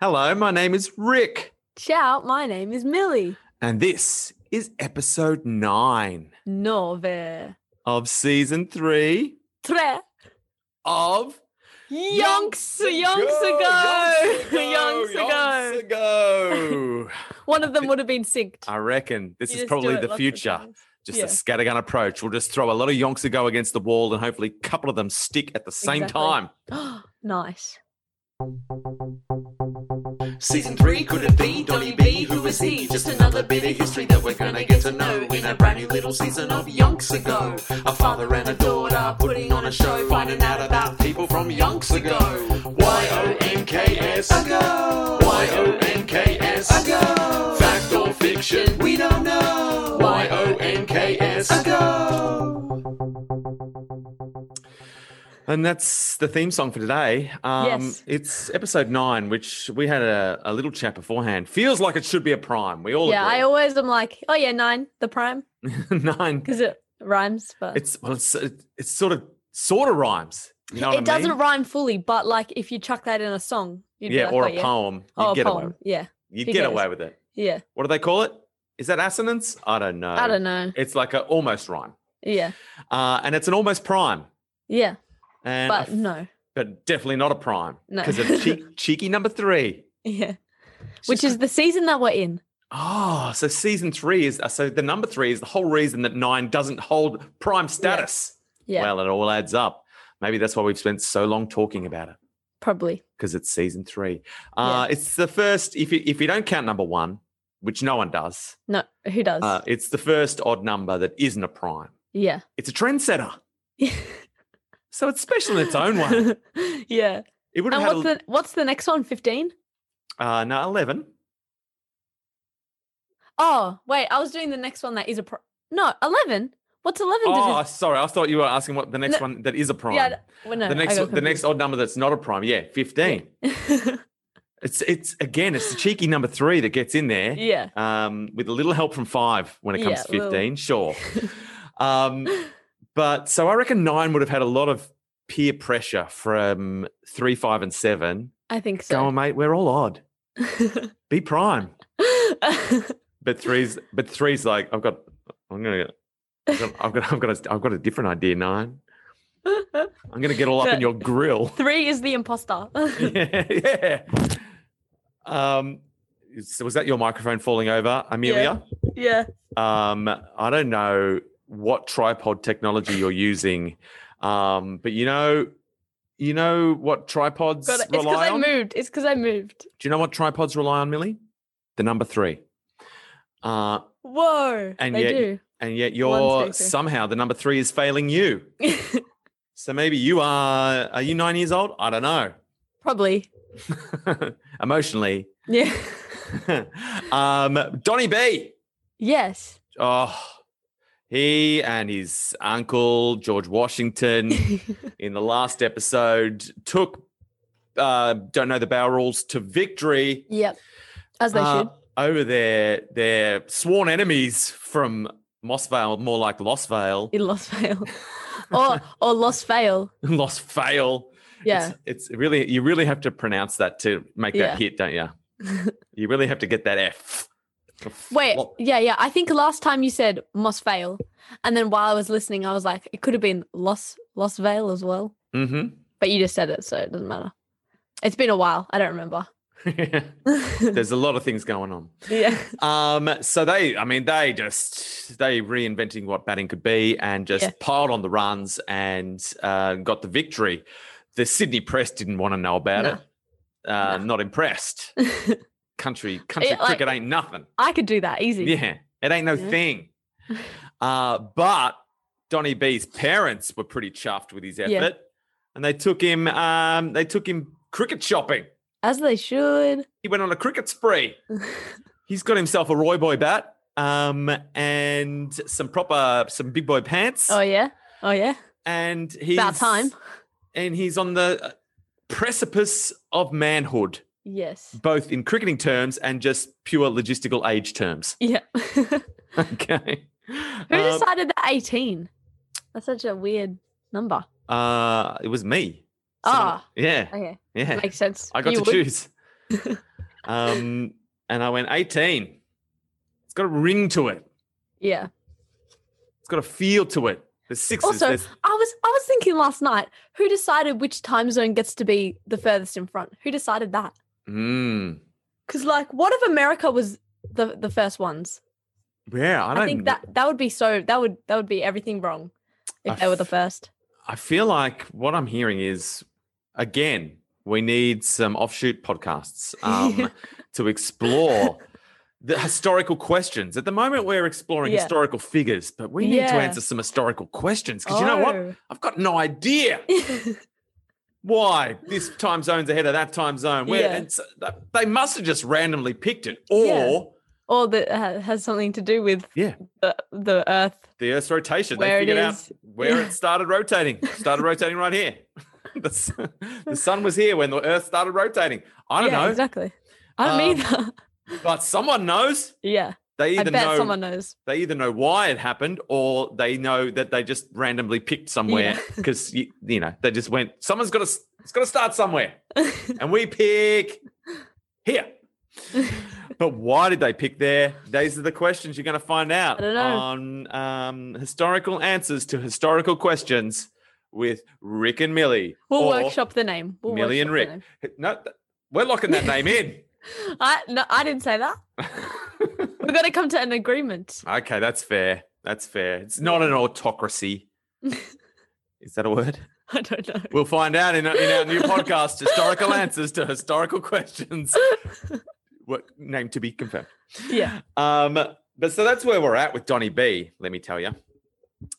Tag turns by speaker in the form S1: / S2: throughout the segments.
S1: Hello, my name is Rick,
S2: Ciao, my name is Millie.
S1: and this is episode nine
S2: Nove.
S1: of season three
S2: Tre.
S1: of
S2: Yonks,
S1: Yonks
S2: yonks ago, yonks
S1: Yonks
S2: ago.
S1: ago.
S2: One of them would have been synced.
S1: I reckon Ah, this
S2: You
S1: is
S2: just do
S1: probably
S2: it
S1: the
S2: lots of
S1: future.
S2: times.
S1: Just
S2: Yeah.
S1: a scattergun approach. We'll just throw a lot of yonks ago against the wall, and hopefully, a couple of them stick at the same
S2: Exactly.
S1: time.
S2: nice.
S3: Season three, could it be Donny B? Who is he? Just another bit of history that we're gonna get to know in a brand new little season of Yonks Ago. A father and a daughter putting on a show, finding out about people from Yonks Ago. Y O N K S Ago. Y O N K S Ago. Fact or fiction? We don't know. Y O N K S Ago.
S1: And that's the theme song for today. Um,
S2: Yes.
S1: It's episode nine, which we had a, a little chat beforehand. Feels like it should be a prime. We all
S2: yeah, I
S1: agree.
S2: always am like, oh yeah, nine, the prime,
S1: nine.
S2: because it rhymes, but
S1: It's well, it's it, it's sort of sort of rhymes. You know what I
S2: it
S1: mean?
S2: doesn't rhyme fully, but like if you chuck that in a song, you'd
S1: yeah,
S2: be like,
S1: or
S2: oh,
S1: a poem. You'd
S2: Oh, a
S1: get away.
S2: poem.
S1: With,
S2: Yeah.
S1: you'd
S2: who
S1: get
S2: cares?
S1: away with it.
S2: Yeah.
S1: What do they call it? Is that assonance? I don't know.
S2: I don't know.
S1: It's like a almost rhyme,
S2: Yeah.
S1: uh, and it's an almost prime,
S2: Yeah.
S1: and I
S2: But
S1: f-
S2: no.
S1: but definitely not a prime
S2: No.
S1: because it's cheek, cheeky number three.
S2: Yeah.
S1: It's
S2: Which
S1: just
S2: is the season that we're in.
S1: Oh, so season three is uh, so the number three is the whole reason that nine doesn't hold prime status.
S2: Yeah.
S1: Well, it all adds up. Maybe that's why we've spent so long talking about it
S2: Probably.
S1: because it's season three. Uh, It's the first, if you, if you don't count number one, which no one does,
S2: No. Who does?
S1: uh, it's the first odd number that isn't a prime.
S2: yeah.
S1: It's a trendsetter. So it's special in its own way.
S2: yeah.
S1: It would have
S2: And
S1: had
S2: what's
S1: a,
S2: the what's the next one? Fifteen?
S1: uh, no, 11.
S2: Oh, wait, I was doing the next one that is a pro- no eleven. What's eleven?
S1: Oh, sorry. I thought you were asking what the next
S2: No,
S1: one that is a prime.
S2: yeah, well, no,
S1: Oh, the
S2: I
S1: next
S2: got
S1: the next odd number that's not a prime. Yeah, 15.
S2: confused.
S1: It's it's again, it's the cheeky number three that gets in there.
S2: yeah,
S1: Um, with a little help from five when it comes
S2: Yeah,
S1: to
S2: little.
S1: fifteen, sure. um, but so I reckon nine would have had a lot of peer pressure from three, five, and seven.
S2: I think
S1: Go
S2: so.
S1: on, mate, we're all odd. Be prime. But three's but three's like I've got. I'm gonna. get- I've got. I've got. I've got a, I've got a different idea. Nine. I'm gonna get all up in your grill.
S2: Three is the imposter.
S1: yeah. yeah. Um, so was that your microphone falling over, Amelia?
S2: yeah,
S1: Um, I don't know what tripod technology you're using, um, but you know, you know what tripods
S2: got it. It's because
S1: rely
S2: I
S1: on.
S2: moved. It's because I moved.
S1: Do you know what tripods rely on, Millie? The number three. Uh,
S2: Whoa,
S1: And
S2: they
S1: yet-
S2: do.
S1: and yet
S2: One,
S1: you're
S2: two, three.
S1: somehow the number three is failing you. So maybe you are. Are you nine years old? I don't know.
S2: Probably.
S1: Emotionally,
S2: Yeah.
S1: um, Donny B.
S2: yes.
S1: Oh, he and his uncle George Washington in the last episode took uh, don't know the Bower rules to victory
S2: yep. As they
S1: uh,
S2: should.
S1: over their their sworn enemies from Mossvale, more like Losvale,
S2: In Lost Fail. or or Lost Fail.
S1: Losvale.
S2: Yeah.
S1: It's, it's really you really have to pronounce that to make
S2: Yeah.
S1: that hit, don't you? you really have to get that F.
S2: Wait,
S1: Well,
S2: yeah, yeah. I think last time you said must fail, and then while I was listening, I was like, it could have been Los Los Vale as well,
S1: mhm.
S2: but you just said it, so it doesn't matter. It's been a while. I don't remember.
S1: There's a lot of things going on.
S2: yeah,
S1: Um, so they, I mean, they just they reinventing what batting could be and just
S2: Yeah.
S1: piled on the runs and uh, got the victory. The Sydney press didn't want to know about
S2: No.
S1: it. Uh,
S2: No.
S1: Not impressed. country country
S2: like-
S1: cricket ain't nothing.
S2: I could do that easy.
S1: Yeah, it ain't no
S2: Yeah.
S1: thing. Uh, but Donny B's parents were pretty chuffed with his effort,
S2: Yeah.
S1: and they took him. Um, they took him cricket shopping.
S2: As they should.
S1: He went on a cricket spree. He's got himself a Roy Boy bat um, and some proper, some big boy pants.
S2: Oh yeah, oh yeah.
S1: And he's
S2: About time.
S1: And he's on the uh, precipice of manhood,
S2: Yes.
S1: both in cricketing terms and just pure logistical age terms.
S2: Yeah. Who
S1: Okay. Um,
S2: decided that eighteen? That's such a weird number.
S1: uh, it was me. Someone-
S2: Ah,
S1: yeah,
S2: okay,
S1: yeah.
S2: makes sense.
S1: I got
S2: You
S1: to
S2: would.
S1: choose. um, and I went 18. It's got a ring to it.
S2: Yeah.
S1: It's got a feel to it. There's sixes.
S2: Also,
S1: there's-
S2: I was I was thinking last night, who decided which time zone gets to be the furthest in front? Who decided that?
S1: Mm.
S2: Because like, what if America was the the first ones?
S1: yeah, I
S2: I,
S1: don't.
S2: think that that would be so that would that would be everything wrong if
S1: I
S2: they were the
S1: f-
S2: first.
S1: I feel like what I'm hearing is, again, we need some offshoot podcasts
S2: Yeah.
S1: um, to explore the historical questions. At the moment, we're exploring
S2: Yeah.
S1: historical figures, but we need to
S2: Yeah.
S1: answer some historical questions because you know what? I've got no idea
S2: Oh.
S1: why this time zone's ahead of that time zone. Where
S2: Yeah.
S1: and so th- they must have just randomly picked it, or
S2: or that ha- has something to do with
S1: Yeah.
S2: the, the Earth.
S1: the Earth's rotation.
S2: Where
S1: they
S2: it
S1: figured out
S2: is.
S1: where
S2: Yeah.
S1: it started rotating. It started rotating right here. The, s- the sun was here when the Earth started rotating. I don't
S2: yeah,
S1: know, Um,
S2: exactly. I don't either.
S1: but someone knows.
S2: yeah,
S1: They
S2: I
S1: either
S2: bet
S1: know
S2: someone knows.
S1: they either know why it happened, or they know that they just randomly picked somewhere because you, know they just went. Someone's got to. It's got to start somewhere, and we pick here. But why did they pick there? These are the questions you're going to find out
S2: I don't know.
S1: on um, historical answers to historical questions with Rick and Millie.
S2: We'll
S1: or-
S2: workshop the name. We'll
S1: Millie and
S2: workshop the
S1: Rick. No, th- we're locking that name in.
S2: name. I no, I didn't say that. We're gonna come to an agreement.
S1: okay, that's fair. That's fair. It's not an autocracy. Is that a word?
S2: I don't know.
S1: We'll find out in, in our new podcast, Historical Answers to Historical Questions. What name to be confirmed?
S2: Yeah.
S1: Um, but so that's where we're at with Donny B. Let me tell you.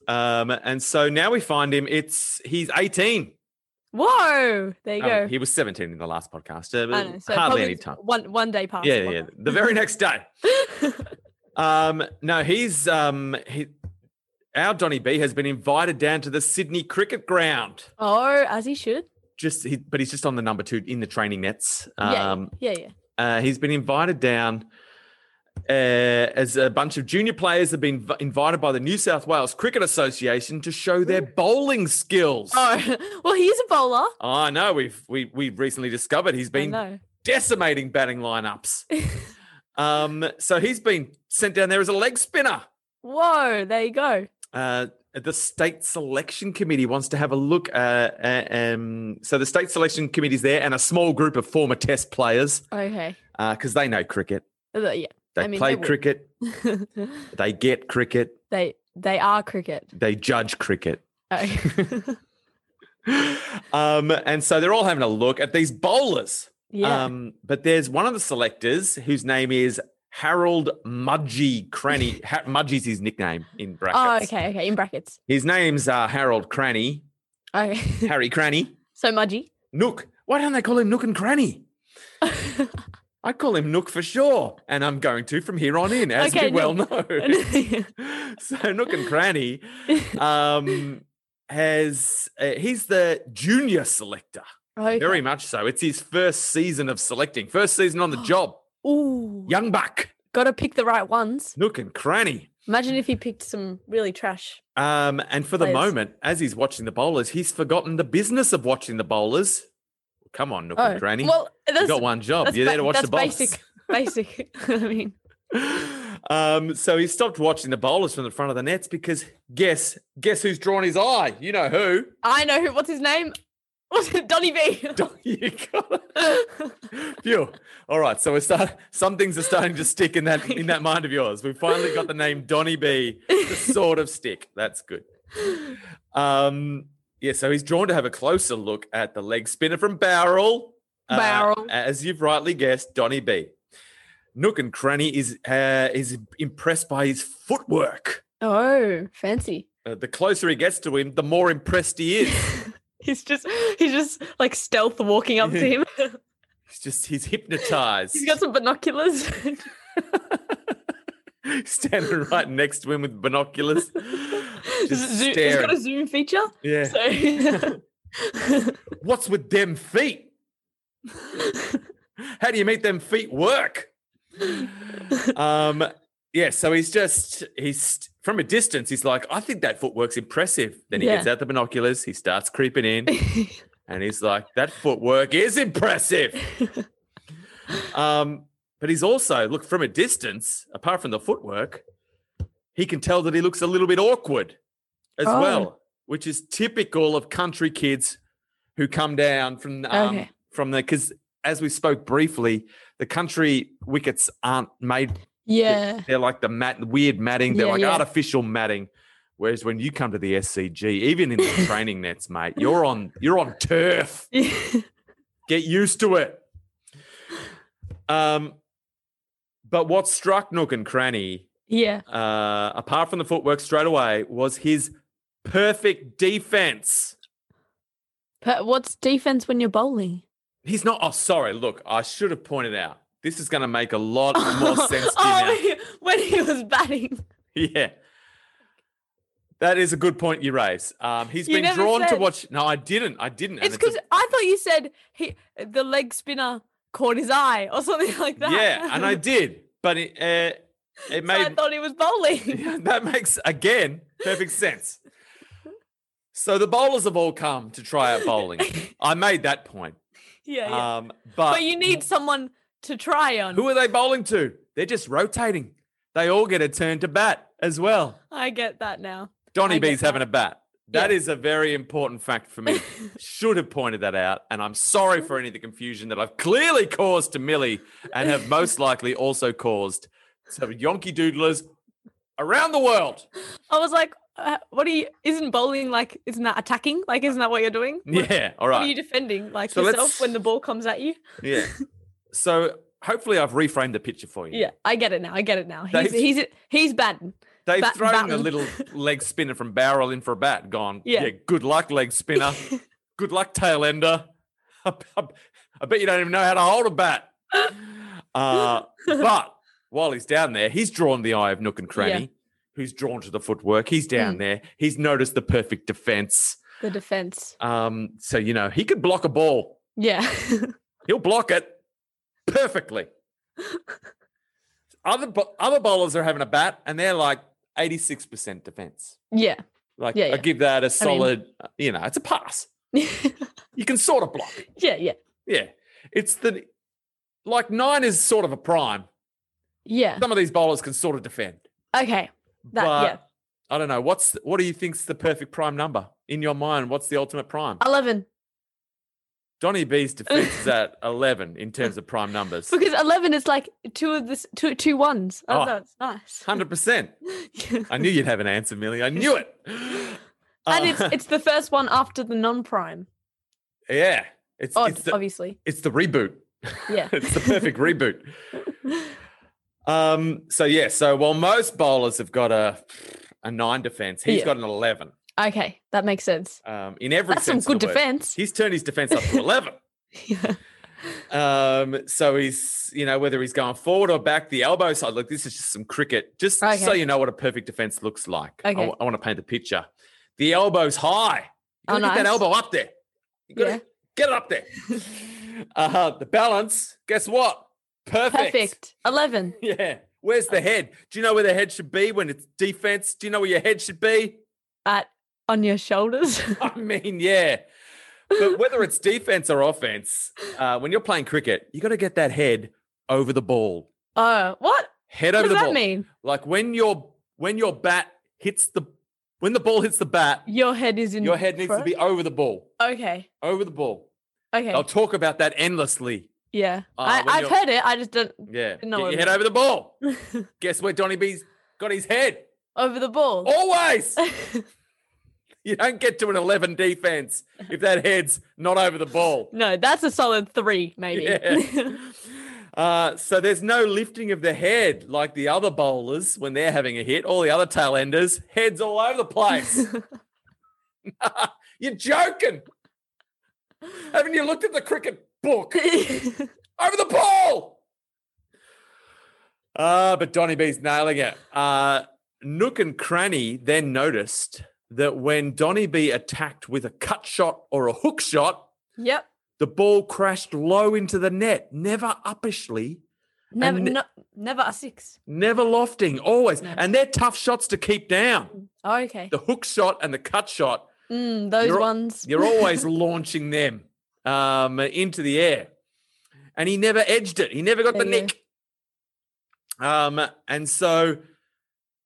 S1: Um, and so now we find him. It's he's eighteen.
S2: Whoa. There you
S1: Oh,
S2: go.
S1: he was seventeen in the last podcast. Uh,
S2: I know. So
S1: hardly
S2: probably
S1: any time.
S2: One one day past.
S1: Yeah, yeah. The very next day. um, no, he's um, he, our Donny B has been invited down to the Sydney Cricket Ground.
S2: Oh, as he should.
S1: Just, he, but he's just on the number two in the training nets.
S2: Yeah.
S1: Um,
S2: Yeah, yeah.
S1: Uh, he's been invited down uh, as a bunch of junior players have been v- invited by the New South Wales Cricket Association to show their bowling skills.
S2: Oh, well, he's a bowler.
S1: I know we've we we recently discovered he's
S2: I
S1: been
S2: know.
S1: decimating batting lineups. um, so he's been sent down there as a leg spinner.
S2: Whoa, there you go.
S1: Uh, the state selection committee wants to have a look. Uh, uh, um, so the state selection committee's there, and a small group of former Test players
S2: Okay.
S1: because they know cricket.
S2: Uh,
S1: They
S2: I mean,
S1: play
S2: they would.
S1: cricket.
S2: Yeah.
S1: They get cricket.
S2: they they are cricket.
S1: They judge cricket.
S2: Oh.
S1: um, and so they're all having a look at these bowlers.
S2: Yeah.
S1: Um, but there's one of the selectors whose name is Harold Mudgy Cranny. ha- Mudgy's his nickname in
S2: oh,
S1: brackets.
S2: okay, okay. In brackets.
S1: His name's uh, Harold Cranny,
S2: Okay.
S1: Harry Cranny,
S2: so Mudgy.
S1: Nook. Why don't they call him Nook and Cranny? I call him Nook for sure, and I'm going to from here on in, as
S2: Okay,
S1: we well
S2: Nook.
S1: know. so Nook and Cranny um, has uh, he's the junior selector,
S2: Okay.
S1: very much so. It's his first season of selecting, first season on the job.
S2: Ooh.
S1: Young buck,
S2: Gotta pick the right ones.
S1: Nook and Cranny.
S2: Imagine if he picked some really trash.
S1: Um, and for the
S2: Players.
S1: moment, as he's watching the bowlers, he's forgotten the business of watching the bowlers. Come on, Nook and Cranny.
S2: Oh, Well,
S1: you
S2: that's,
S1: got one job.
S2: that's
S1: You're there
S2: ba-
S1: to watch the
S2: that's
S1: bowlers.
S2: basic. Basic. I mean,
S1: um, so he stopped watching the bowlers from the front of the nets because guess guess who's drawn his eye? You know who?
S2: I know who. What's his name? What's it? Donny B.
S1: you got it. Phew. All right. So we're start some things are starting to stick in that in that mind of yours. We've finally got the name Donny B to sort of stick. That's good. Um, yeah, so he's drawn to have a closer look at the leg spinner from Barrel. uh,
S2: Barrel.
S1: as you've rightly guessed, Donny B. Nook and Cranny is uh, is impressed by his footwork.
S2: oh, fancy.
S1: Uh, the closer he gets to him, the more impressed he is.
S2: He's just he's just like stealth walking up to him.
S1: He's just he's hypnotized.
S2: he's got some binoculars.
S1: standing right next to him with binoculars, just
S2: Zo- he's got a
S1: staring.
S2: zoom feature.
S1: Yeah.
S2: So
S1: What's with them feet? How do you make them feet work? um, yeah. So he's just he's from a distance. He's like, I think that footwork's impressive. Then he gets out the binoculars. He starts creeping in, and he's like, that footwork is impressive. Um, but he's also look from a distance, apart from the footwork, he can tell that he looks a little bit awkward as
S2: Oh.
S1: well, which is typical of country kids who come down from um,
S2: Okay.
S1: from the because as we spoke briefly, the country wickets aren't made
S2: Yeah.
S1: they're like the mat, weird matting. They're
S2: Yeah,
S1: like
S2: yeah.
S1: artificial matting. Whereas when you come to the SCG, even in the training nets, mate, you're on you're on turf. Get used to it. Um, but what struck Nook and Cranny,
S2: yeah.
S1: uh, apart from the footwork straight away, was his perfect defense.
S2: But what's defense when you're bowling?
S1: He's not. Oh, sorry. Look, I should have pointed out. This is going to make a lot more sense to you now.
S2: oh, when he was batting.
S1: Yeah. That is a good point you raise. Um, he's
S2: You
S1: been
S2: never
S1: drawn to
S2: said.
S1: watch. No, I didn't. I didn't. and
S2: It's because
S1: a-
S2: I thought you said he the leg spinner caught his eye or something like that.
S1: yeah, and I did, but it uh, it
S2: So
S1: made
S2: I thought he was bowling.
S1: Yeah, that makes again perfect sense. So the bowlers have all come to try out bowling. I made that point.
S2: yeah, yeah.
S1: Um, but
S2: but you need someone to try on.
S1: who are they bowling to? They're just rotating. They all get a turn to bat as well.
S2: I get that now.
S1: Donny
S2: I get
S1: B's having a bat. That is a very important fact for me. Should have pointed that out. And I'm sorry for any of the confusion that I've clearly caused to Millie and have most likely also caused to Yonky Doodlers around the world.
S2: I was like, uh, what are you? Isn't bowling like? Isn't that attacking? Like, isn't that what you're doing? What-
S1: Yeah. All
S2: What are you
S1: right.
S2: defending? Like
S1: So let's-
S2: yourself when the ball comes at you?
S1: Yeah. So hopefully I've reframed the picture for you.
S2: Yeah, I get it now. I get it now. He's
S1: They've-
S2: he's he's batting.
S1: They've
S2: Bat-
S1: thrown a
S2: batten.
S1: little leg spinner from barrel in for a bat, gone.
S2: Yeah.
S1: good luck, leg spinner. good luck, tail ender. I, I- I bet you don't even know how to hold a bat. Uh, but while he's down there, he's drawn the eye of Nook and Cranny, who's drawn to the footwork. He's
S2: Mm.
S1: down there. He's noticed the perfect defense.
S2: The defense.
S1: Um, so, you know, he could block a ball.
S2: Yeah.
S1: He'll block it perfectly. other bo- other bowlers are having a bat, and they're like eighty six percent defense.
S2: yeah.
S1: Like
S2: Yeah,
S1: I
S2: yeah.
S1: give that a solid. uh, you know, it's a pass.
S2: yeah,
S1: You can sort of block. it.
S2: yeah.
S1: Yeah, it's the like nine is sort of a prime.
S2: Yeah.
S1: Some of these bowlers can sort of defend,
S2: Okay. That
S1: but
S2: yeah.
S1: I don't know. What's what do you think's the perfect prime number in your mind? What's the ultimate prime?
S2: Eleven.
S1: Donny B's defense is at eleven in terms of prime numbers.
S2: Because eleven is like two of this two two ones. Oh,
S1: Oh.
S2: that's nice.
S1: Hundred percent. I knew you'd have an answer, Millie. I knew it.
S2: and
S1: Uh,
S2: it's it's the first one after the non prime.
S1: yeah, it's
S2: Odd,
S1: it's the,
S2: obviously.
S1: it's the reboot.
S2: Yeah.
S1: it's the perfect reboot. Um. So yeah. So while most bowlers have got a a nine defense, he's
S2: Yeah.
S1: got an eleven.
S2: Okay. That makes sense.
S1: Um. In every
S2: That's some
S1: sense of
S2: good
S1: the word.
S2: defense.
S1: He's turned his defense up to eleven.
S2: Yeah.
S1: Um, so he's, you know, whether he's going forward or back, the elbow side. Look, this is just some cricket, just so
S2: Okay.
S1: you know what a perfect defense looks like. I,
S2: Okay.
S1: want to paint the picture. The elbow's high. You
S2: Oh,
S1: gotta get that
S2: nice.
S1: elbow up there. You gotta
S2: Yeah.
S1: get it up there. uh, the balance. Guess what? Perfect.
S2: Perfect. Uh Eleven.
S1: Yeah. Where's the head? Do you know where the head should be when it's defense? Do you know where your head should be?
S2: At on your shoulders.
S1: I mean, yeah. But whether it's defense or offense, uh, when you're playing cricket, you got to get that head over the ball.
S2: oh, what?
S1: Head
S2: What
S1: over
S2: does
S1: the
S2: that
S1: ball.
S2: mean?
S1: Like when your when your bat hits the when the ball hits the bat,
S2: Your head is in
S1: your head needs to
S2: front?
S1: be over the ball.
S2: Okay.
S1: Over the ball.
S2: Okay.
S1: I'll talk about that endlessly.
S2: yeah.
S1: Uh,
S2: I,
S1: when
S2: I've
S1: you're-
S2: heard it. I just don't
S1: Yeah.
S2: No,
S1: Get
S2: it
S1: your head
S2: won't.
S1: over the ball. Guess where Donny B's got his head?
S2: over the ball.
S1: Always. You don't get to an 11 defense if that head's not over the ball.
S2: no, that's a solid three, maybe.
S1: Yeah. Uh, so there's no lifting of the head like the other bowlers when they're having a hit. All the other tail enders, heads all over the place. You're joking. Haven't you looked at the cricket book? Over the ball. Uh, but Donny B's nailing it. Uh, Nook and Cranny then noticed that when Donny B attacked with a cut shot or a hook shot,
S2: yep.
S1: the ball crashed low into the net, never uppishly,
S2: Never,
S1: And-
S2: no, never a six.
S1: never lofting, always.
S2: No.
S1: And they're tough shots to keep down.
S2: Oh, okay.
S1: The hook shot and the cut shot,
S2: Mm, those
S1: You're-
S2: ones.
S1: you're always launching them um, into the air. and he never edged it. He never got
S2: There
S1: the
S2: you go.
S1: nick. Um, and so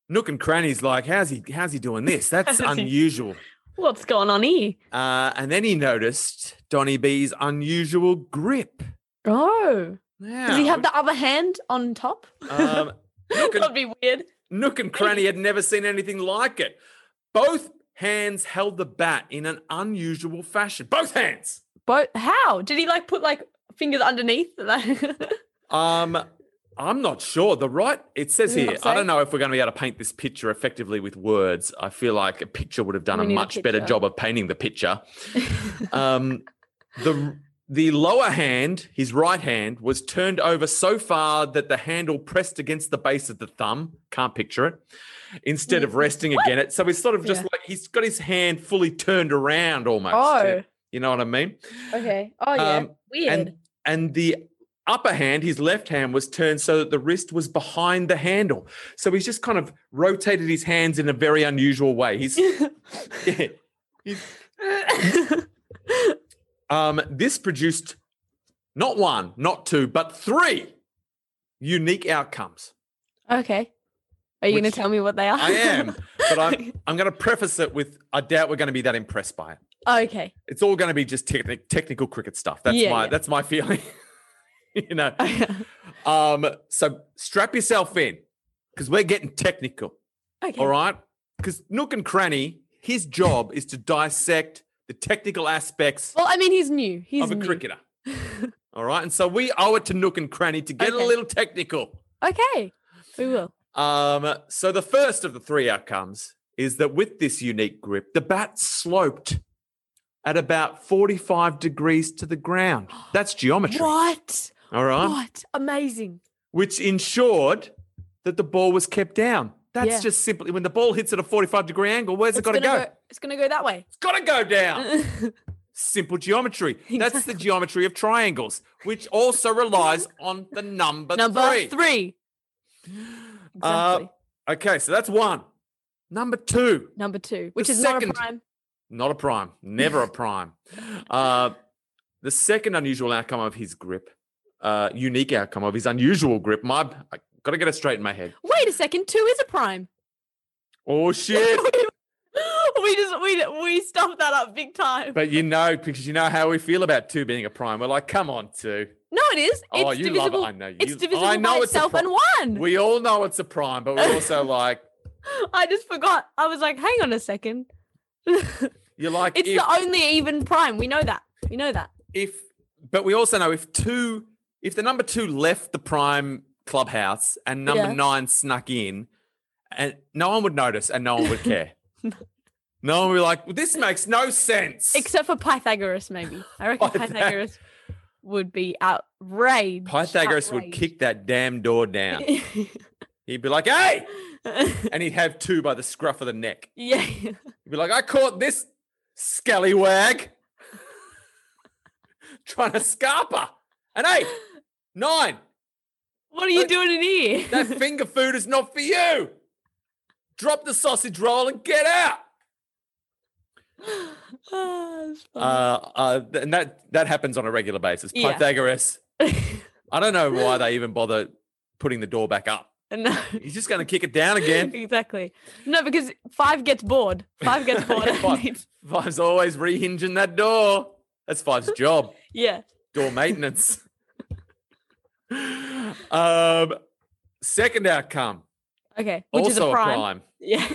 S1: Nook and Cranny's like, "How's he? How's he doing this? That's
S2: How's he-
S1: unusual."
S2: What's going on here?
S1: Uh, and then he noticed Donny B's unusual grip.
S2: Oh.
S1: Yeah.
S2: Does he have the other hand on top?
S1: Um, Nook,
S2: That'd
S1: and,
S2: be weird.
S1: Nook and Cranny had never seen anything like it. Both hands held the bat in an unusual fashion. Both hands.
S2: But how? Did he like put like fingers underneath? Like-
S1: Um, I'm not sure. The right, it says
S2: Does it
S1: here,
S2: not
S1: I
S2: say?
S1: don't know if we're going to be able to paint this picture effectively with words. I feel like a picture would have done
S2: We
S1: a
S2: need a
S1: much better
S2: picture.
S1: job of painting the picture. um, the the lower hand, his right hand, was turned over so far that the handle pressed against the base of the thumb. Can't picture it. Instead of resting again, it so he's sort of just
S2: Mm. Yeah.
S1: like he's got his hand fully turned around almost.
S2: oh,
S1: You know what I mean?
S2: okay. Oh yeah.
S1: Um,
S2: weird.
S1: and and the upper hand his left hand was turned so that the wrist was behind the handle so he's just kind of rotated his hands in a very unusual way he's yeah. um this produced not one not two but three unique outcomes
S2: okay. Are you going to
S1: which-
S2: tell me what they are?
S1: i am but i'm i'm going to preface it with i doubt we're going to be that impressed by it
S2: okay.
S1: it's all going to be just technic technical cricket stuff that's
S2: Yeah,
S1: my
S2: yeah.
S1: that's my feeling you know
S2: okay.
S1: Um, so strap yourself in because we're getting technical, all right? Because Nook and Cranny, his job is to dissect the technical aspects
S2: Well, I mean, he's new. Oh, He's
S1: of a
S2: new.
S1: cricketer. all right. And so we owe it to Nook and Cranny to get
S2: Okay.
S1: a little technical.
S2: Okay. We will.
S1: Um, so the first of the three outcomes is that with this unique grip, the bat sloped at about 45 degrees to the ground. That's geometry.
S2: What?
S1: All right.
S2: What? Amazing.
S1: which ensured that the ball was kept down. That's
S2: Yeah.
S1: just simply when the ball hits at a 45 degree angle, where's it got to
S2: gonna
S1: go? Oh.
S2: It's going to go Uh-uh. that way.
S1: It's got to go down. Simple geometry. That's the
S2: Exactly.
S1: geometry of triangles, which also relies on the number,
S2: Number
S1: three.
S2: three.
S1: Uh,
S2: Exactly.
S1: okay, so that's one. Number two,
S2: Number two, which
S1: the
S2: is
S1: second-
S2: not a prime.
S1: not a prime, never a prime. Uh, the second unusual outcome of his grip, uh, unique outcome of his unusual grip. My, I got to get it straight in my head.
S2: Wait a second, two is a prime.
S1: Oh shit!
S2: we just we we stuffed that up big time.
S1: But you know, because you know how we feel about two being a prime. We're like, come on, two.
S2: no, it is. It's
S1: oh, you
S2: divisible.
S1: love it. I know you.
S2: It's divisible
S1: I know
S2: by
S1: it's a
S2: itself
S1: prime.
S2: and one.
S1: We all know it's a prime, but we're also like,
S2: I just forgot. I was like, hang on a second. it's
S1: you're like, if,
S2: the only even prime. We know that. We know that.
S1: if, but we also know if two, if the number two left the prime clubhouse and number
S2: Yeah.
S1: nine snuck in, and no one would notice and no one would care. no one would be like, well, this makes no sense.
S2: Except for Pythagoras, maybe. I reckon
S1: Pythag-
S2: Pythagoras would be outraged.
S1: Pythagoras would
S2: outraged.
S1: kick that damn door down. He'd be like, hey! And he'd have two by the scruff of the neck.
S2: yeah.
S1: You'd be like, I caught this scallywag trying to scarper. An eight, nine.
S2: What are you
S1: But-
S2: doing in here?
S1: That finger food is not for you. Drop the sausage roll and get out.
S2: Ah, it's
S1: Uh,
S2: funny.
S1: uh, th- and that that happens on a regular basis.
S2: Yeah.
S1: Pythagoras. I don't know why they even bother putting the door back up.
S2: no.
S1: He's just going to kick it down again.
S2: Exactly. No, because five gets bored. Five gets bored. and
S1: Five.
S2: needs-
S1: Five's always rehinging that door. That's Five's job.
S2: yeah.
S1: door maintenance. um, second outcome,
S2: Okay. Which
S1: also
S2: is a prime. Yeah.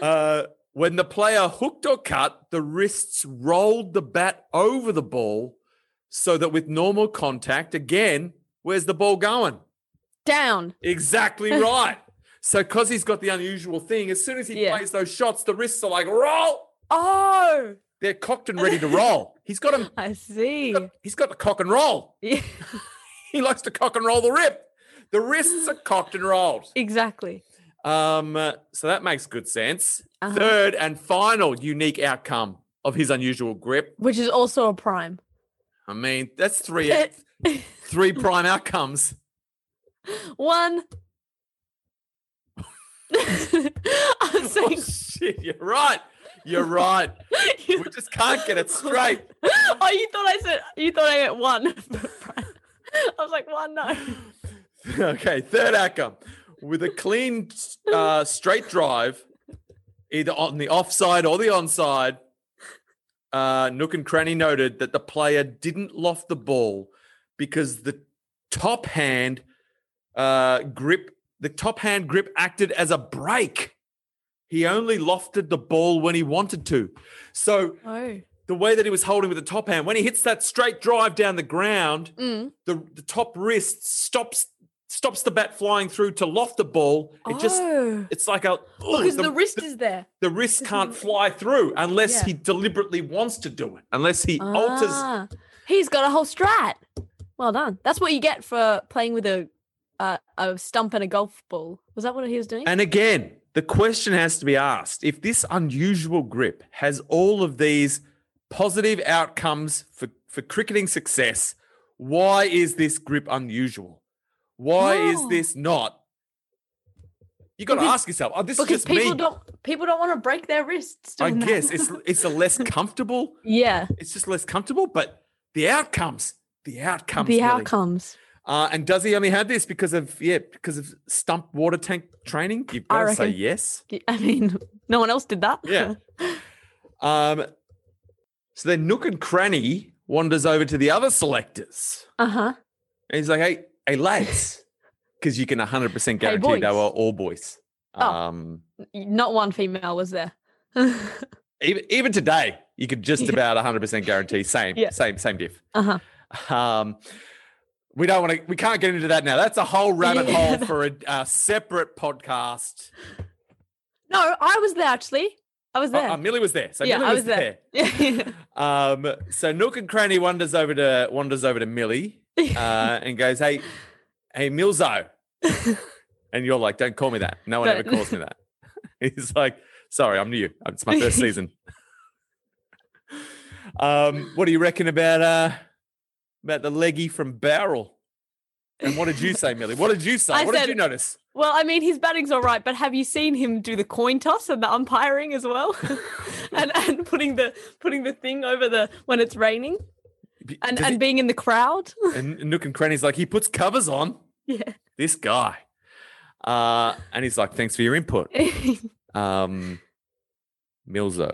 S1: Uh, when the player hooked or cut, the wrists rolled the bat over the ball so that with normal contact, again, where's the ball going?
S2: Down.
S1: Exactly right. so, because he's got the unusual thing, as soon as he
S2: Yeah.
S1: plays those shots, the wrists are like, roll.
S2: Oh,
S1: They're cocked and ready to roll. He's got him.
S2: I see.
S1: He's got the cock and roll.
S2: Yeah,
S1: He likes to cock and roll the rip. The wrists are cocked and rolled.
S2: exactly.
S1: Um, uh, so that makes good sense.
S2: Uh-huh.
S1: Third and final unique outcome of his unusual grip.
S2: Which is also a prime.
S1: I mean, that's three three prime outcomes.
S2: One. I'm
S1: Oh,
S2: saying
S1: shit, you're right. You're right. We
S2: you-
S1: just can't get it straight.
S2: oh, you thought I said you thought I meant one. I was like, one no.
S1: okay, third outcome with a clean uh, straight drive, either on the offside or the onside. Uh, Nook and Cranny noted that the player didn't loft the ball because the top hand uh, grip, the top hand grip acted as a brake. He only lofted the ball when he wanted to. So
S2: Oh.
S1: the way that he was holding with the top hand, when he hits that straight drive down the ground,
S2: Mm.
S1: the, the top wrist stops stops the bat flying through to loft the ball. It just
S2: oh.
S1: it's like a
S2: Because the, wrist is there.
S1: the wrist
S2: Because
S1: can't
S2: the-
S1: fly through unless
S2: Yeah.
S1: he deliberately wants to do it. Unless he alters.
S2: Ah, He's got a whole strat. Well done. That's what you get for playing with a uh, a stump and a golf ball. Was that what he was doing?
S1: And again, the question has to be asked: if this unusual grip has all of these positive outcomes for, for cricketing success, why is this grip unusual? Why is
S2: Oh.
S1: this not? You got to
S2: Because-
S1: ask yourself. Oh, this is
S2: because
S1: just
S2: people
S1: me.
S2: don't people don't want to break their wrists.
S1: I
S2: doing that.
S1: guess it's it's a less comfortable.
S2: yeah.
S1: It's just less comfortable, but the outcomes, the outcomes,
S2: the
S1: Millie.
S2: outcomes.
S1: Uh, and does he only have this because of yeah because of stump water tank training? You've got
S2: I
S1: to say
S2: reckon.
S1: yes.
S2: I mean, no one else did that.
S1: Yeah. Um, so then Nook and Cranny wanders over to the other selectors,
S2: Uh huh.
S1: and he's like, "Hey, hey, lads," because you can 100 percent
S2: Hey,
S1: guarantee they
S2: boys.
S1: were all boys.
S2: Oh.
S1: Um,
S2: Not one female was there. uh
S1: even even today, you could just
S2: Yeah.
S1: about 100 percent guarantee same
S2: Yeah.
S1: same same diff.
S2: huh.
S1: Um, we don't want to. We can't get into that now. That's a whole rabbit
S2: Yeah,
S1: hole for a, a separate podcast.
S2: No, I was there actually. I was
S1: Oh,
S2: there.
S1: oh, Millie was there. So
S2: Yeah,
S1: Millie
S2: I
S1: was,
S2: was
S1: there.
S2: there. Yeah.
S1: Um, so Nook and Cranny wanders over to wanders over to Millie uh, and goes, "Hey, hey, Milzo," and you're like, "Don't call me that. No one ever
S2: Don't.
S1: calls me that." He's like, "Sorry, I'm new. It's my first season." um, what do you reckon about uh, about the leggy from Barrel? And what did you say, Millie? What did you say?
S2: I
S1: what did
S2: said-
S1: you notice?
S2: Well, I mean, his batting's all right, but have you seen him do the coin toss and the umpiring as well, and and putting the putting the thing over the when it's raining and
S1: Does
S2: and being in the crowd?
S1: he- and Nook and Cranny's like, he puts covers on.
S2: yeah.
S1: this guy. Uh, and he's like, thanks for your input. Um, Milzo.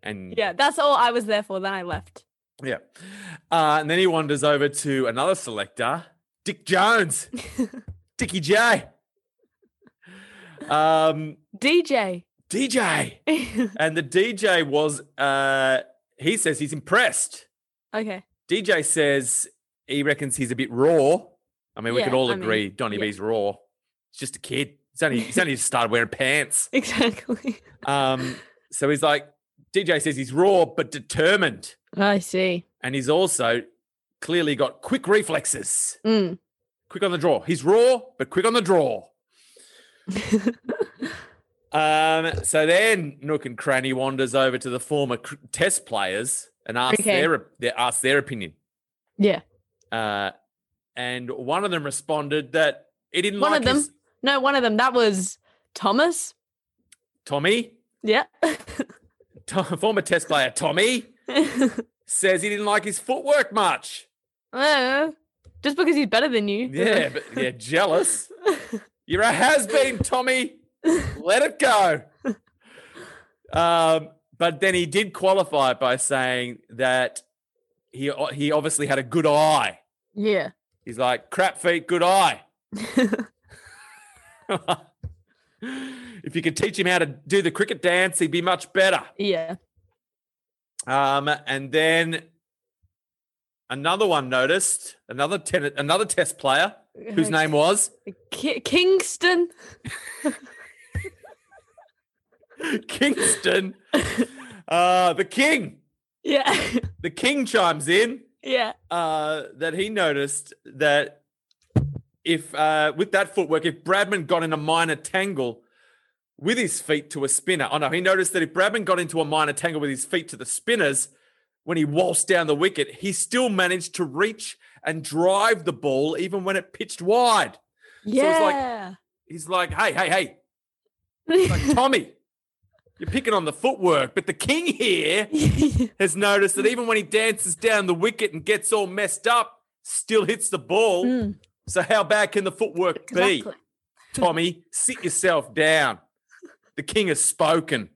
S1: And yeah.
S2: yeah. That's all I was there for. Then I left.
S1: Uh, and then he wanders over to another selector, Dick Jones, Dickie J. Um,
S2: DJ.
S1: DJ.
S2: okay.
S1: And the DJ was, uh, he says he's impressed. DJ says he reckons he's a bit raw. I mean, we
S2: Yeah,
S1: could all
S2: I mean,
S1: agree Donny
S2: yeah.
S1: B's raw. He's just a kid. He's only he's only just started wearing pants.
S2: Exactly.
S1: Um, so he's like, DJ says he's raw but determined,
S2: I see.
S1: and he's also clearly got quick reflexes,
S2: Mm.
S1: quick on the draw. He's raw but quick on the draw. Um, so then Nook and Cranny wanders over to the former cr- Test players and asks
S2: Okay.
S1: their, their asks their opinion.
S2: yeah.
S1: Uh, and one of them responded that he didn't
S2: One
S1: like
S2: of them?
S1: his-
S2: No, one of them. That was Thomas. Uh,
S1: Tommy,
S2: Yeah.
S1: to- former Test player Tommy, says he didn't like his footwork much.
S2: Uh, Just because he's better than you.
S1: Yeah, but yeah, jealous. You're a has been, Tommy. Let it go. Um, but then he did qualify it by saying that he o- he obviously had a good eye.
S2: Yeah.
S1: He's like crap feet, good eye. if you could teach him how to do the cricket dance, he'd be much better.
S2: Yeah.
S1: Um, and then another one noticed another tenant, another test player whose name was
S2: Ki- Kingston.
S1: Kingston. Uh, the king,
S2: Yeah.
S1: the king chimes in
S2: yeah.
S1: uh, that he noticed that if uh, with that footwork, if Bradman got in a minor tangle with his feet to a spinner, oh no, he noticed that if Bradman got into a minor tangle with his feet to the spinners when he waltzed down the wicket, he still managed to reach and drive the ball even when it pitched wide.
S2: Yeah.
S1: like- He's like, hey, hey, hey, like Tommy, You're picking on the footwork, but the king here has noticed that even when he dances down the wicket and gets all messed up, still hits the ball.
S2: Mm.
S1: So how bad can the footwork be?
S2: Exactly.
S1: Tommy, sit yourself down. The king has spoken.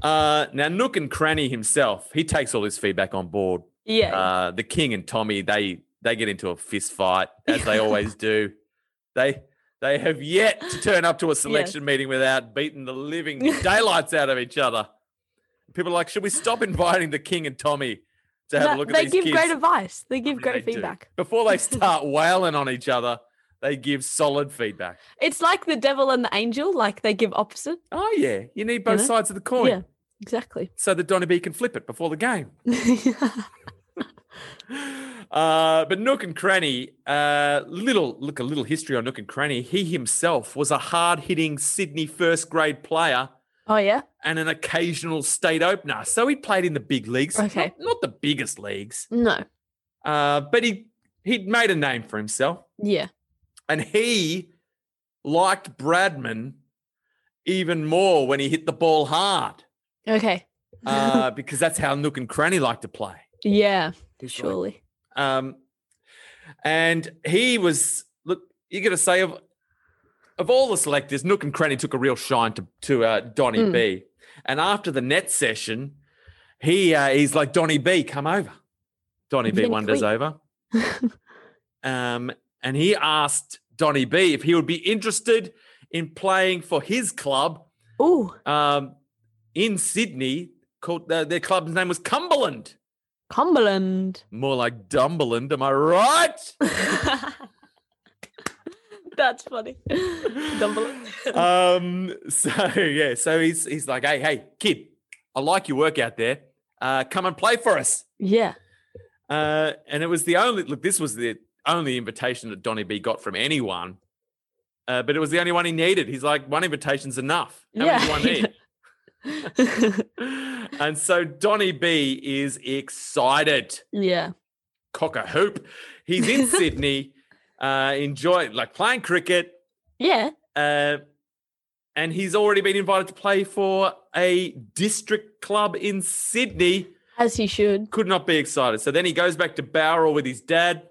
S1: Uh, now, Nook and Cranny himself, he takes all his feedback on board.
S2: Yeah.
S1: Uh, the king and Tommy, they they get into a fist fight as they always do. They they have yet to turn up to a selection meeting without beating the living daylights out of each other. People are like, should we stop inviting the king and Tommy to have a
S2: No,
S1: look at
S2: they
S1: these
S2: give
S1: kids?
S2: great advice. They give
S1: What do
S2: great
S1: they do?
S2: feedback.
S1: Before they start wailing on each other, they give solid feedback.
S2: It's like the devil and the angel, like they give opposite.
S1: Oh yeah, you need both
S2: know?
S1: sides of the coin
S2: Yeah, exactly.
S1: so that Donny B can flip it before the game.
S2: yeah.
S1: Uh, but Nook and Cranny, uh, little look a little history on Nook and Cranny. He himself was a hard-hitting Sydney first grade player
S2: Oh yeah.
S1: and an occasional state opener. So he played in the big leagues,
S2: Okay.
S1: not, not the biggest leagues,
S2: No.
S1: uh, but he he'd made a name for himself.
S2: Yeah.
S1: And he liked Bradman even more when he hit the ball hard
S2: Okay.
S1: uh, because that's how Nook and Cranny like to play.
S2: yeah.
S1: He's like-
S2: Surely.
S1: Um, and he was, look, you're going to say of, of all the selectors, Nook and Cranny took a real shine to, to uh, Donny
S2: Mm.
S1: B. And after the net session, he uh, he's like, Donny B, come over. Donny B
S2: Then
S1: wanders
S2: quick.
S1: over. um, and he asked Donny B if he would be interested in playing for his club
S2: Ooh,
S1: um, in Sydney. Called uh, their, their club's name was Cumberland,
S2: Cumberland.
S1: more like Dumberland. Am I right?
S2: That's funny. Cumberland.
S1: um, so yeah, so he's he's like, hey, hey, kid, I like your work out there. Uh, come and play for us.
S2: yeah.
S1: Uh, and it was the only look. This was the only invitation that Donny B got from anyone. Uh, but it was the only one he needed. He's like, one invitation's enough. How many do I
S2: Yeah.
S1: need? and so Donny B is excited.
S2: yeah.
S1: Cock a hoop. He's in Sydney, uh, enjoy like playing cricket,
S2: Yeah.
S1: uh, and he's already been invited to play for a district club in Sydney.
S2: As he should.
S1: Could not be excited. So then he goes back to Barrel with his dad.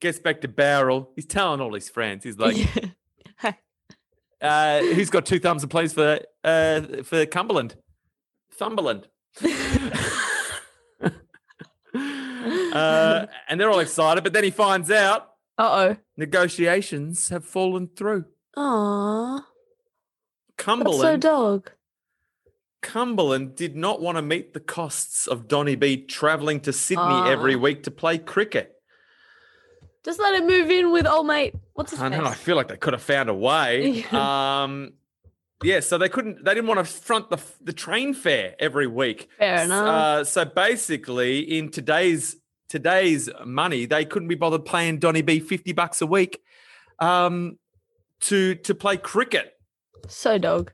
S1: Gets back to Barrel. He's telling all his friends. He's like,
S2: Yeah.
S1: uh, "Who's got two thumbs and plays for uh, for Cumberland, Thumberland?" uh, and they're all excited, but then he finds out
S2: Uh
S1: negotiations have fallen through.
S2: oh. Aw. That's so
S1: Cumberland,
S2: dog.
S1: Cumberland did not want to meet the costs of Donny B traveling to Sydney
S2: Ah.
S1: every week to play cricket.
S2: Just let him move in with old mate. What's his
S1: I know. I
S2: face?
S1: feel like they could have found a way. um, yeah, so they couldn't. They didn't want to front the the train fare every week.
S2: Fair
S1: S-
S2: enough.
S1: Uh, so basically, in today's today's money, they couldn't be bothered paying Donny B fifty bucks a week um, to to play cricket.
S2: so dog.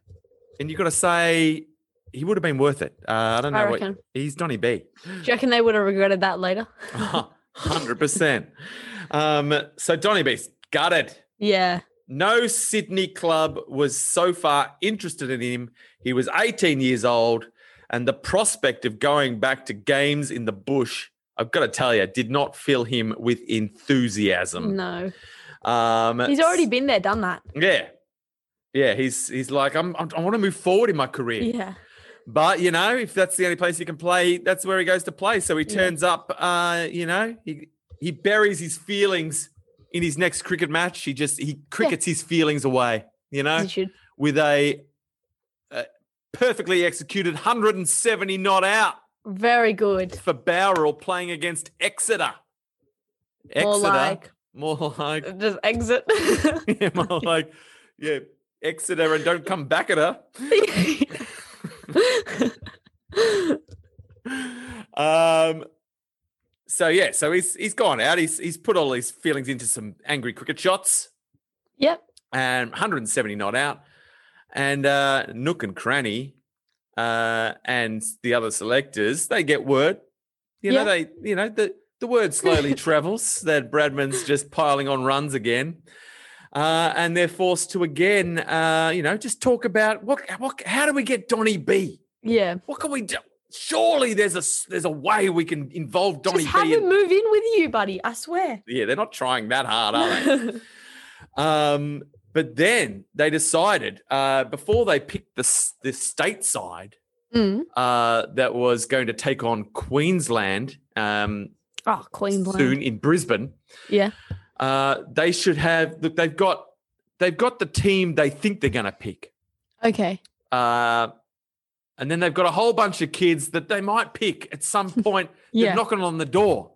S1: And you got to say he would have been worth it. Uh, I don't know
S2: I
S1: what
S2: reckon.
S1: he's Donny B.
S2: Do you reckon they would have regretted that later?
S1: Hundred percent. Um, so Donny B's gutted.
S2: Yeah.
S1: No Sydney club was so far interested in him. He was 18 years old, and the prospect of going back to games in the bush, I've got to tell you, did not fill him with enthusiasm.
S2: No.
S1: Um,
S2: He's already been there, done that.
S1: yeah, yeah. He's he's like, I'm, I'm I want to move forward in my career.
S2: Yeah.
S1: But you know, if that's the only place he can play, that's where he goes to play. So he
S2: Yeah.
S1: turns up. Uh, you know, he he buries his feelings in his next cricket match. He just he crickets his feelings away. You know,
S2: He should.
S1: with a, a perfectly executed 170 not out
S2: Very good.
S1: for Bowerall playing against Exeter. Exeter,
S2: More like
S1: more like,
S2: just exit.
S1: yeah, more like, yeah, Exeter, and don't come back at her. um so yeah so he's he's gone out he's he's put all his feelings into some angry cricket shots
S2: yep.
S1: and 170 not out and uh nook and cranny uh and the other selectors they get word you know they you know the the word slowly travels that bradman's just piling on runs again Uh, and they're forced to again, uh, you know, just talk about what, what, how do we get Donny B?
S2: Yeah.
S1: What can we do? Surely there's a s- there's a way we can involve Donny
S2: Just have
S1: B.
S2: him
S1: In,
S2: move in with you, buddy. I swear.
S1: yeah, they're not trying that hard, are they? Um, but then they decided uh, before they picked the s- the state side
S2: Mm.
S1: uh, that was going to take on Queensland um,
S2: Oh, Queensland.
S1: soon in Brisbane.
S2: Yeah.
S1: Uh, they should have look. They've got they've got the team they think they're going to pick,
S2: Okay.
S1: uh, and then they've got a whole bunch of kids that they might pick at some point.
S2: Yeah.
S1: They're knocking on the door,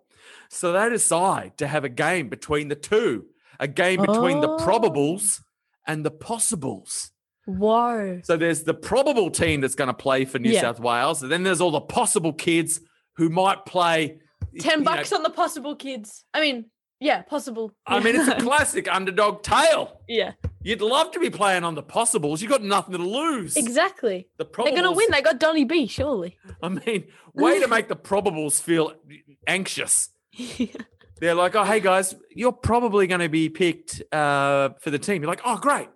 S1: so they decide to have a game between the two, a game between the
S2: Oh.
S1: probables and the possibles.
S2: Whoa.
S1: So there's the probable team that's going to play for New
S2: Yeah.
S1: South Wales, and then there's all the possible kids who might play.
S2: Ten
S1: you know,
S2: bucks on the possible kids. I mean, yeah, possible.
S1: I mean, it's a classic underdog tale.
S2: yeah,
S1: You'd love to be playing on the possibles. You've got nothing to lose.
S2: exactly.
S1: The
S2: They're
S1: probables,
S2: gonna win. They got Donny B. Surely.
S1: I mean, way to make the probables feel anxious. They're like, oh, hey, guys, you're probably going to be picked uh, for the team. You're like, oh, great.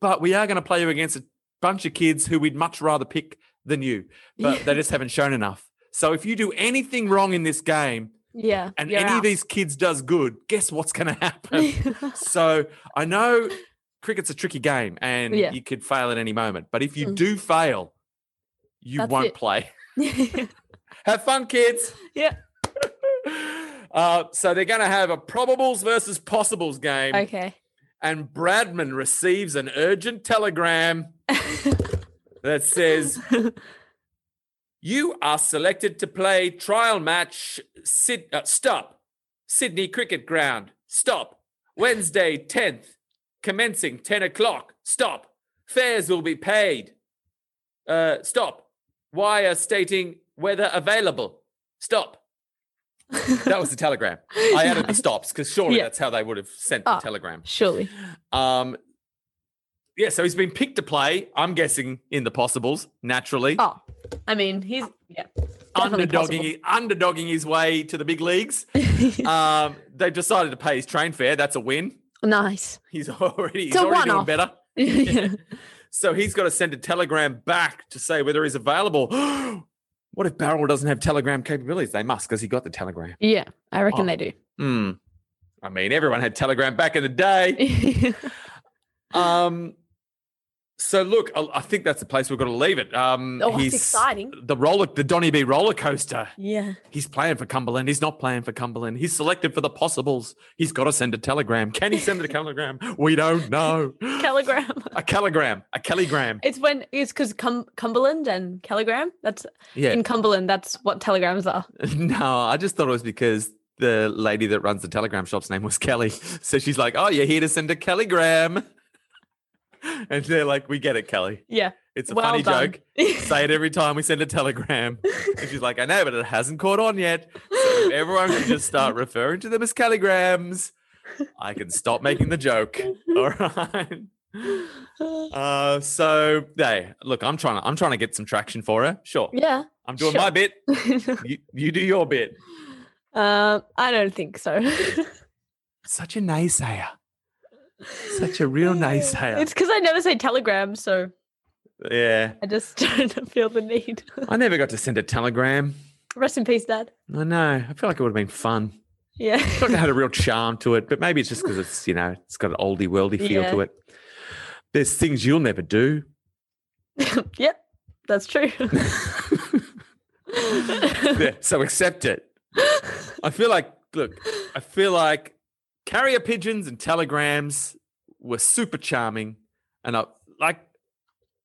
S1: But we are going to play you against a bunch of kids who we'd much rather pick than you. But they just haven't shown enough. So if you do anything wrong in this game
S2: yeah.
S1: and
S2: you're
S1: any
S2: out.
S1: of these kids does good, guess what's going to happen? so I know cricket's a tricky game and
S2: Yeah.
S1: you could fail at any moment. But if you
S2: Mm.
S1: do fail, you
S2: That's
S1: won't
S2: it.
S1: play. Have fun, kids.
S2: Yeah.
S1: Uh, so they're going to have a probables versus possibles game.
S2: okay.
S1: And Bradman receives an urgent telegram that says, You are selected to play trial match. Sid- uh, stop. Sydney Cricket Ground. Stop. Wednesday, 10th. Commencing 10 o'clock. Stop. Fares will be paid. Uh, stop. Wire stating whether available. Stop. That was the telegram. I added the stops because surely
S2: Yeah.
S1: that's how they would have sent the
S2: Ah.
S1: telegram.
S2: Surely.
S1: Um, yeah, so he's been picked to play, I'm guessing, in the possibles, naturally.
S2: Oh, I mean, he's yeah. definitely
S1: underdogging, underdogging his way to the big leagues. um, they've decided to pay his train fare. That's a win.
S2: Nice.
S1: He's already, he's
S2: a
S1: already doing
S2: one-off.
S1: better.
S2: yeah.
S1: So he's got to send a telegram back to say whether he's available. what if Barrel doesn't have telegram capabilities? They must because he got the telegram.
S2: Yeah. I reckon
S1: Oh.
S2: they do.
S1: Hmm. I mean, everyone had telegram back in the day.
S2: Oh,
S1: Um, so look, I, I think that's the place we've got to leave it. Um,
S2: Oh, that's exciting.
S1: The roller, the Donny B roller coaster.
S2: yeah.
S1: He's playing for Cumberland. He's not playing for Cumberland. He's selected for the possibles. He's got to send a telegram. Can he send a telegram? We don't know.
S2: Telegram.
S1: A telegram, a telegram.
S2: It's when it's because Cum- Cumberland and Telegram. That's
S1: Yeah.
S2: in Cumberland. That's what telegrams are.
S1: No, I just thought it was because the lady that runs the telegram shop's name was Kelly. So she's like, "Oh, you're here to send a telegram," and they're like, "We get it, Kelly.
S2: Yeah.
S1: It's a
S2: well
S1: funny
S2: done.
S1: joke." say it every time we send a telegram. And she's like, I know, but it hasn't caught on yet. So if everyone can just start referring to them as calligrams, I can stop making the joke. All right. Uh, so hey, look, I'm trying to I'm trying to get some traction for her. Sure.
S2: yeah.
S1: I'm doing
S2: sure.
S1: my bit. You, you do your bit.
S2: um, I don't think so.
S1: Such a naysayer. Such a real naysayer.
S2: It's because I never say telegram, so
S1: yeah.
S2: I just don't feel the need.
S1: I never got to send a telegram.
S2: Rest in peace, Dad.
S1: I know. I feel like it would have been fun.
S2: Yeah.
S1: I feel like it had a real charm to it, but maybe it's just because it's you know it's got an oldie worldy feel
S2: Yeah.
S1: to it. There's things you'll never do.
S2: yep. That's true.
S1: Yeah, so accept it. I feel like look, I feel like carrier pigeons and telegrams were super charming, and I like.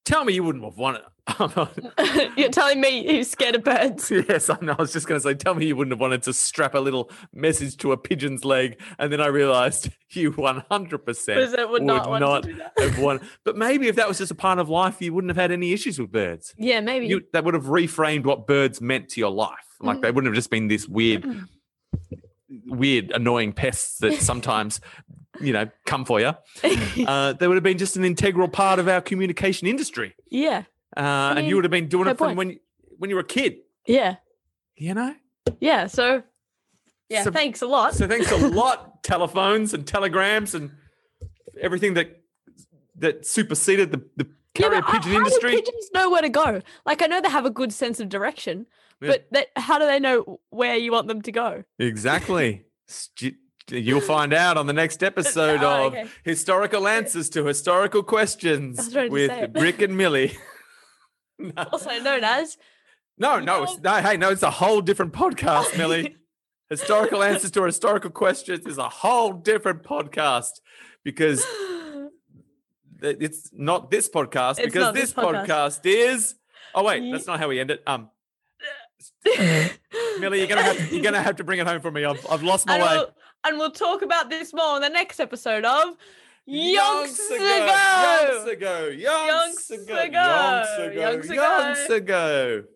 S1: Tell me you wouldn't have won it.
S2: You're telling me who's scared of birds?
S1: yes, I know. I was just going to say, tell me you wouldn't have wanted to strap a little message to a pigeon's leg, and then I realised you 100 percent
S2: Brazil would not want to do that.
S1: have won. But maybe if that was just a part of life, you wouldn't have had any issues with birds.
S2: Yeah, maybe.
S1: You, that would have reframed what birds meant to your life. Like
S2: Mm-hmm.
S1: they wouldn't have just been this weird, weird, annoying pests that sometimes, you know, come for you. Uh, they would have been just an integral part of our communication industry,
S2: yeah.
S1: uh, and you
S2: mean,
S1: would have been doing
S2: fair
S1: it from
S2: point.
S1: when you- when you were a kid.
S2: Yeah.
S1: You know.
S2: Yeah. So, yeah,
S1: So-
S2: thanks a lot.
S1: So thanks a lot, telephones and telegrams and everything that that superseded the, the carrier
S2: but
S1: pigeon
S2: how
S1: industry.
S2: do pigeons know where to go? Like I know they have a good sense of direction,
S1: Yeah.
S2: but that, how do they know where you want them to go?
S1: Exactly. Stu- You'll find out on the next episode
S2: Oh,
S1: of
S2: okay.
S1: Historical Answers to Historical Questions
S2: trying to say
S1: with
S2: it.
S1: Brick and Millie. no,
S2: Also known as
S1: no, no, it's, no, hey, no, it's a whole different podcast, Millie. historical Answers to Historical Questions is a whole different podcast because th- it's not this podcast
S2: It's
S1: because
S2: not
S1: this
S2: this podcast.
S1: podcast is. Oh wait,
S2: Ye-
S1: that's not how we end it. Um, Millie, you're gonna have to, you're gonna have to bring it home for me. I've, I've lost my
S2: and,
S1: way.
S2: we'll, and we'll talk about this more on the next episode of Yonks
S1: Yonks ago. Yonks ago. Yonks
S2: Yonks
S1: ago.
S2: ago,
S1: Yonks ago.
S2: Yonks ago.
S1: Yonks ago.